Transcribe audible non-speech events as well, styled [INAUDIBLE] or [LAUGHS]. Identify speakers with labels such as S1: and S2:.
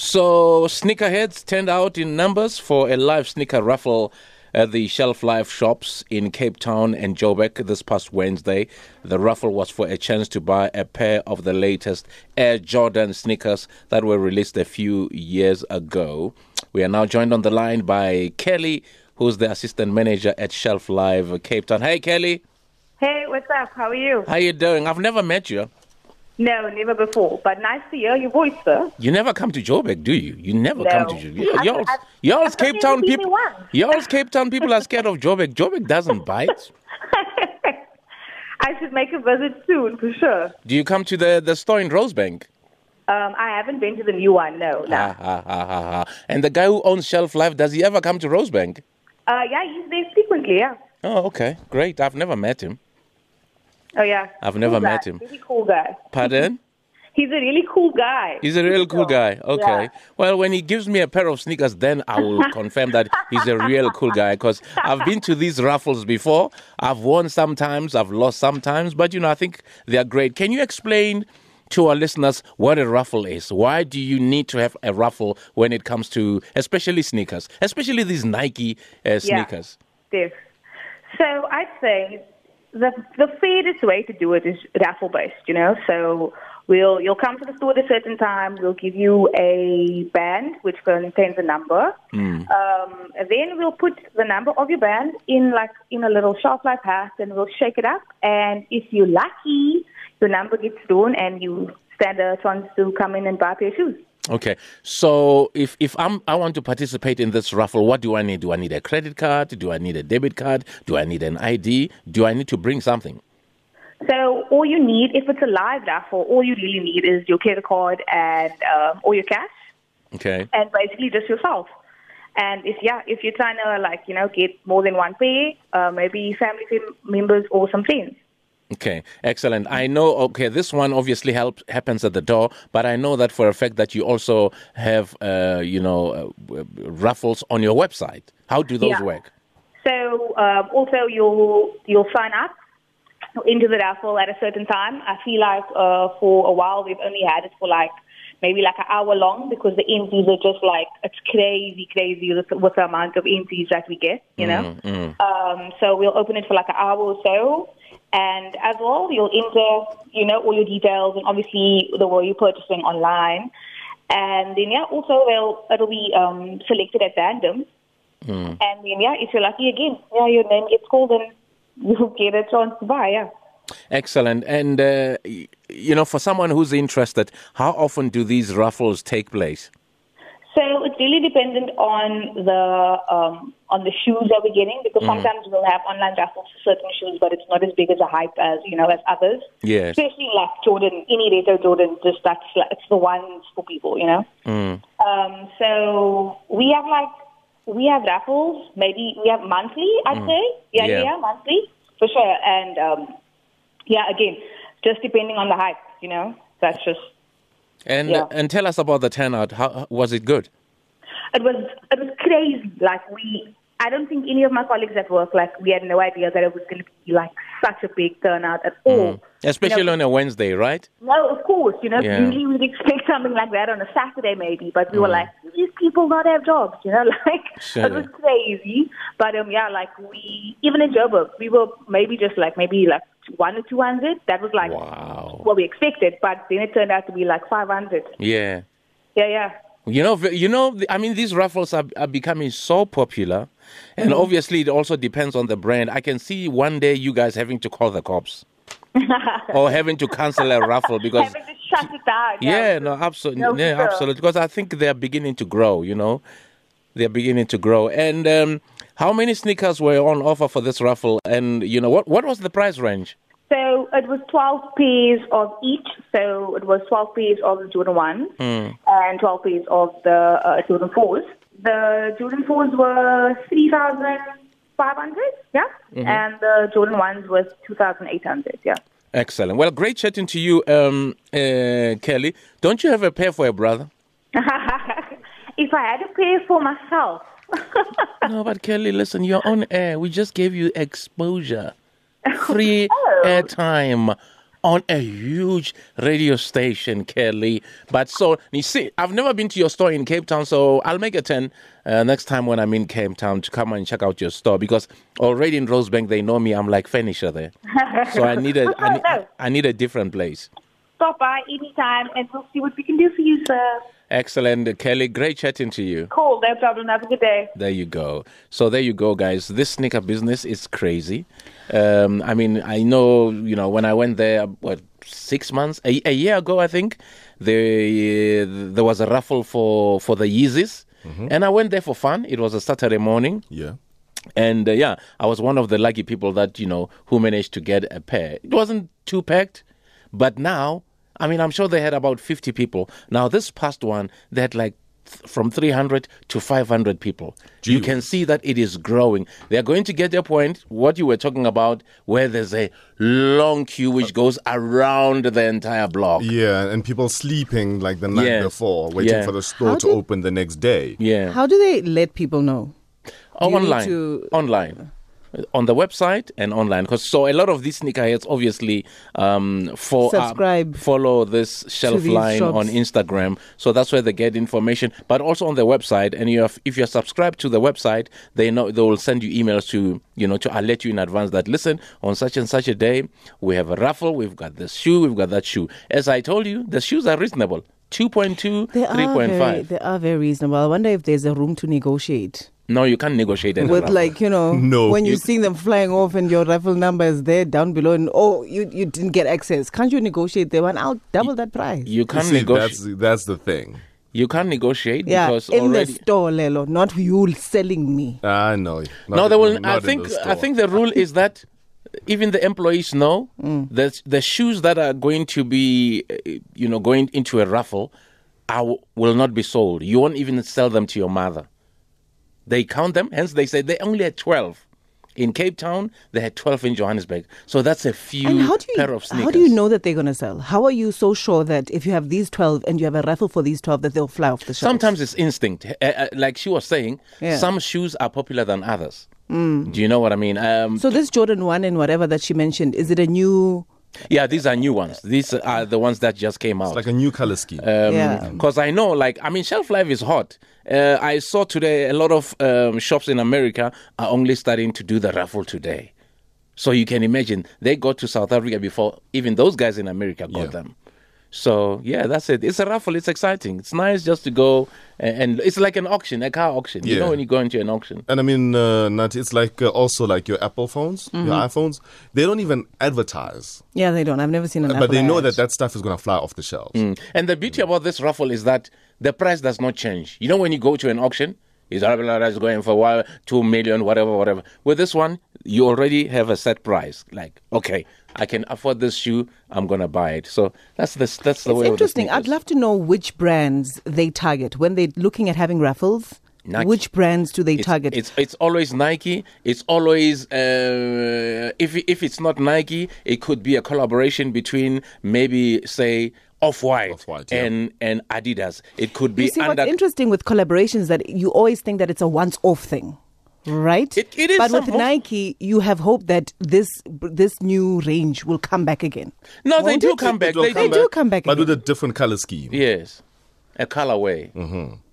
S1: So, sneakerheads turned out in numbers for a live sneaker raffle at the Shelf Life shops in Cape Town and Joburg this past Wednesday. The raffle was for a chance to buy a pair of the latest Air Jordan sneakers that were released a few years ago. We are now joined on the line by Kelly, who's the assistant manager at Shelf Life Cape Town. Hey, Kelly.
S2: Hey, what's up? How are you?
S1: How you doing? I've never met you.
S2: No, never before. But nice to hear your voice, sir. [LAUGHS]
S1: You never come to Joburg, do you? You never come to
S2: No.
S1: Joburg. You-
S2: I've-
S1: Y'all's,
S2: I've-
S1: y'all's
S2: I've
S1: Cape
S2: only
S1: Town
S2: been there
S1: people.
S2: once.
S1: Y'all's Cape Town people are scared of Joburg. Joburg doesn't bite.
S2: I should make a visit soon for sure.
S1: Do you come to the, the store in Rosebank?
S2: Um, I haven't been to the new one, no. no.
S1: Ah, ah, ah, ah, ah. And the guy who owns Shelf Life, does he ever come to Rosebank?
S2: Uh, yeah, he's there frequently, yeah.
S1: Oh, okay. Great. I've never met him.
S2: Oh, yeah.
S1: I've never
S2: Cool guy.
S1: met him.
S2: Really cool guy.
S1: Pardon?
S2: He's a really cool guy.
S1: He's a real cool guy. Okay.
S2: Yeah.
S1: Well, when he gives me a pair of sneakers, then I
S2: [LAUGHS]
S1: will confirm that he's a real cool guy because I've been to these raffles before. I've won sometimes, I've lost sometimes, but you know, I think they are great. Can you explain to our listeners what a raffle is? Why do you need to have a raffle when it comes to, especially sneakers, especially these Nike uh, sneakers?
S2: Yes. So I'd say the the fairest way to do it is raffle based, you know. So we'll you'll come to the store at a certain time, we'll give you a band which contains a number. Um, then we'll put the number of your band in like in a little shelf life hat and we'll shake it up and if you're lucky your number gets drawn and you stand a chance to come in and buy a pair of shoes.
S1: Okay. So if, if I'm, I want to participate in this raffle, what do I need? Do I need a credit card? Do I need a debit card? Do I need an ID? Do I need to bring something?
S2: So all you need, if it's a live raffle, all you really need is your credit card and um, or your cash,
S1: Okay.
S2: and basically just yourself. And if yeah, if you're trying to like you know get more than one pair, uh, maybe family fam- members or some friends.
S1: Okay. Excellent. I know. Okay, this one obviously helps happens at the door, but I know that for a fact that you also have, uh, you know, uh, w- raffles on your website. How do those
S2: Yeah.
S1: work?
S2: So um, also you'll you'll sign up into the raffle at a certain time. I feel like uh, for a while we've only had it for like maybe like an hour long because the entries are just like it's crazy, crazy with, with the amount of entries that we get. You know, um, so we'll open it for like an hour or so. And as well, you'll enter, you know, all your details and obviously the way you're purchasing online. And then, yeah, also they'll, it'll be um, selected at random. And then, yeah, if you're lucky again, yeah, your name gets called and [LAUGHS] you get a chance to buy, yeah.
S1: Excellent. And uh, y- you know, for someone who's interested, how often do these raffles take place?
S2: So it's really dependent on the um, on the shoes that we're getting because sometimes we'll have online raffles for certain shoes, but it's not as big as a hype as you know as others.
S1: Yes.
S2: Especially like Jordan, any retro Jordan, just that's like, it's the ones for people, you know. Um, so we have like we have raffles. Maybe we have monthly. I'd say
S1: Yeah.
S2: yeah, yeah, yeah, monthly for sure. And um, yeah, again, just depending on the hype, you know. That's just
S1: And
S2: Yeah.
S1: and tell us about the turnout. How how- was it good?
S2: it was it was crazy. Like we, I don't think any of my colleagues at work like we had no idea that it was going to be like such a big turnout at all.
S1: Especially
S2: You know,
S1: on a Wednesday, right?
S2: no, of course, you know,
S1: Mm. Yeah.
S2: usually we'd expect something like that on a Saturday maybe, but we were
S1: Mm.
S2: like, these people not have jobs, you know, [LAUGHS] like
S1: Sure.
S2: it was crazy. But um, yeah, like we even in Joburg, we were maybe just like maybe like one or two hundred. That was like
S1: Wow.
S2: what we expected, but then it turned out to be like five hundred.
S1: Yeah.
S2: Yeah, yeah.
S1: You know, v- you know. the- I mean, these raffles are, are becoming so popular, and
S2: Mm-hmm.
S1: obviously, it also depends on the brand. I can see one day you guys having to call the
S2: [LAUGHS]
S1: cops or having to cancel a raffle because.
S2: Having to shut it down.
S1: Yeah, no, absolutely,
S2: No,
S1: yeah,
S2: sure.
S1: absolutely. Because I think they are beginning to grow. You know, they are beginning to grow. And um, how many sneakers were on offer for this raffle? And you know, what what was the price range?
S2: So it was 12 pairs of each. So it was 12 pairs of the Jordan 1 and 12 pairs of the uh, Jordan 4s. The Jordan 4s were 3,500, yeah? And the Jordan 1s was 2,800, yeah. [LAUGHS]
S1: Excellent. Well, great chatting to you, um, uh, Kelly. Don't you have a pair for a brother?
S2: if I had to pay for myself, [LAUGHS]
S1: No, but Kelly, listen, you're on air. We just gave you exposure, free
S2: Oh.
S1: airtime on a huge radio station, Kelly. But so, you see, I've never been to your store in Cape Town, so I'll make a 10 uh, next time when I'm in Cape Town to come and check out your store because already in Rosebank, they know me. I'm like furniture there. so I need, a, I, need, I need a different place.
S2: Stop by anytime and we'll see what we can do for you, sir.
S1: Excellent, Kelly. Great chatting to you.
S2: Cool, no problem. Have a good day.
S1: There you go. So there you go, guys. This sneaker business is crazy. Um, I mean, I know you know when I went there, what six months, a, a year ago, I think there there was a raffle for for the Yeezys, and I went there for fun. It was a Saturday morning.
S3: Yeah.
S1: And uh, yeah, I was one of the lucky people that you know who managed to get a pair. It wasn't too packed, but now I mean, I'm sure they had about 50 people. Now this past one, they had like th- from 300 to 500 people. You
S3: Gee.
S1: can see that it is growing. They are going to get their point, what you were talking about, where there's a long queue which goes around the entire block.
S3: Yeah, and people sleeping like the night
S1: Yeah.
S3: before, waiting
S1: Yeah.
S3: for the store
S4: How
S3: to
S4: did-
S3: open the next day.
S1: Yeah.
S4: How do they let people know?
S1: Oh,
S4: Do you need
S1: online,
S4: to-
S1: online, Uh, on the website and online. Because so a lot of these sneakerheads obviously um, for uh,
S4: Subscribe
S1: follow this shelf
S4: these
S1: line
S4: shops.
S1: on Instagram. So that's where they get information, but also on the website. And you have, if you're subscribed to the website, they know they will send you emails to you know to alert you in advance that listen on such and such a day we have a raffle. We've got this shoe. We've got that shoe. As I told you, the shoes are reasonable. 2.2,
S4: They are very,
S1: 3.5.
S4: they are very reasonable. I wonder if there's a room to negotiate
S1: No, you can't negotiate any
S4: with,
S1: raffle.
S4: like you know,
S3: No.
S4: when
S3: You-
S4: you're seeing them flying off and your raffle number is there down below, and oh, you you didn't get access. Can't you negotiate the one? I'll double that price.
S1: you
S3: You
S1: can't
S3: see,
S1: negotiate.
S3: that's, that's the thing.
S1: You can't negotiate
S4: yeah,
S1: because
S4: in
S1: already.
S4: the store, Lelo, not you selling me.
S3: I know.
S1: no, they will. I think. I think the rule is that even the employees know
S4: Mm.
S1: that the shoes that are going to be, uh, you know, going into a raffle, are, will not be sold. You won't even sell them to your mother. They count them. Hence, they say they only had twelve. In Cape Town, they had twelve in Johannesburg. So that's a few
S4: And how do you
S1: pair of sneakers.
S4: how do you know that they're going to sell? How are you so sure that if you have these twelve and you have a raffle for these twelve that they'll fly off the shelf?
S1: Sometimes it's instinct. Uh, uh, like she was saying,
S4: Yeah. Mm.
S1: some shoes are popular than others. Do you know what I mean? Um,
S4: So this Jordan one and whatever that she mentioned, is it a new?
S1: Yeah, these are new ones. These are the ones that just came out.
S3: It's like a new color scheme.
S1: Uh,
S4: yeah.
S1: Because I know, like, I mean, shelf life is hot. Uh, I saw today a lot of um, shops in America are only starting to do the raffle today. So you can imagine they got to South Africa before even those guys in America got
S3: Yeah.
S1: them. So yeah, that's it. It's a raffle. It's exciting. It's nice just to go and, and it's like an auction, a car auction. You
S3: Yeah.
S1: know when you go into an auction.
S3: And I mean, uh, Nat, it's like uh, also like your Apple phones,
S1: Mm-hmm.
S3: your iPhones. They don't even advertise,
S4: Yeah, they don't. I've never seen an.
S3: but they
S4: Apple
S3: know
S4: ad.
S3: that that stuff is going to fly off the shelves.
S1: And the beauty about this raffle is that the price does not change. You know, when you go to an auction, it's blah, blah, blah, it's going for one, two million, whatever, whatever. With this one, you already have a set price. Like, okay, I can afford this shoe, I'm gonna buy it. So that's the that's the
S4: It's
S1: way.
S4: interesting.
S1: Of the
S4: I'd
S1: sneakers.
S4: love to know which brands they target when they're looking at having raffles.
S1: Nike.
S4: Which brands do they
S1: It's,
S4: target?
S1: it's it's always Nike. It's always uh, if if it's not Nike, it could be a collaboration between maybe say Off White
S3: Off-White, yeah.
S1: and and Adidas. It could be
S4: you see,
S1: under
S4: what's interesting with collaborations that you always think that it's a once-off thing, right?
S1: It- it is
S4: But with
S1: somehow.
S4: Nike, you have hope that this this new range will come back again.
S1: No, they
S4: Won't
S1: do
S4: it?
S1: come back.
S3: It will
S1: They
S4: They
S1: do
S4: do come back
S3: but
S4: again.
S3: with a different color scheme.
S1: Yes, a colorway. Mm-hmm.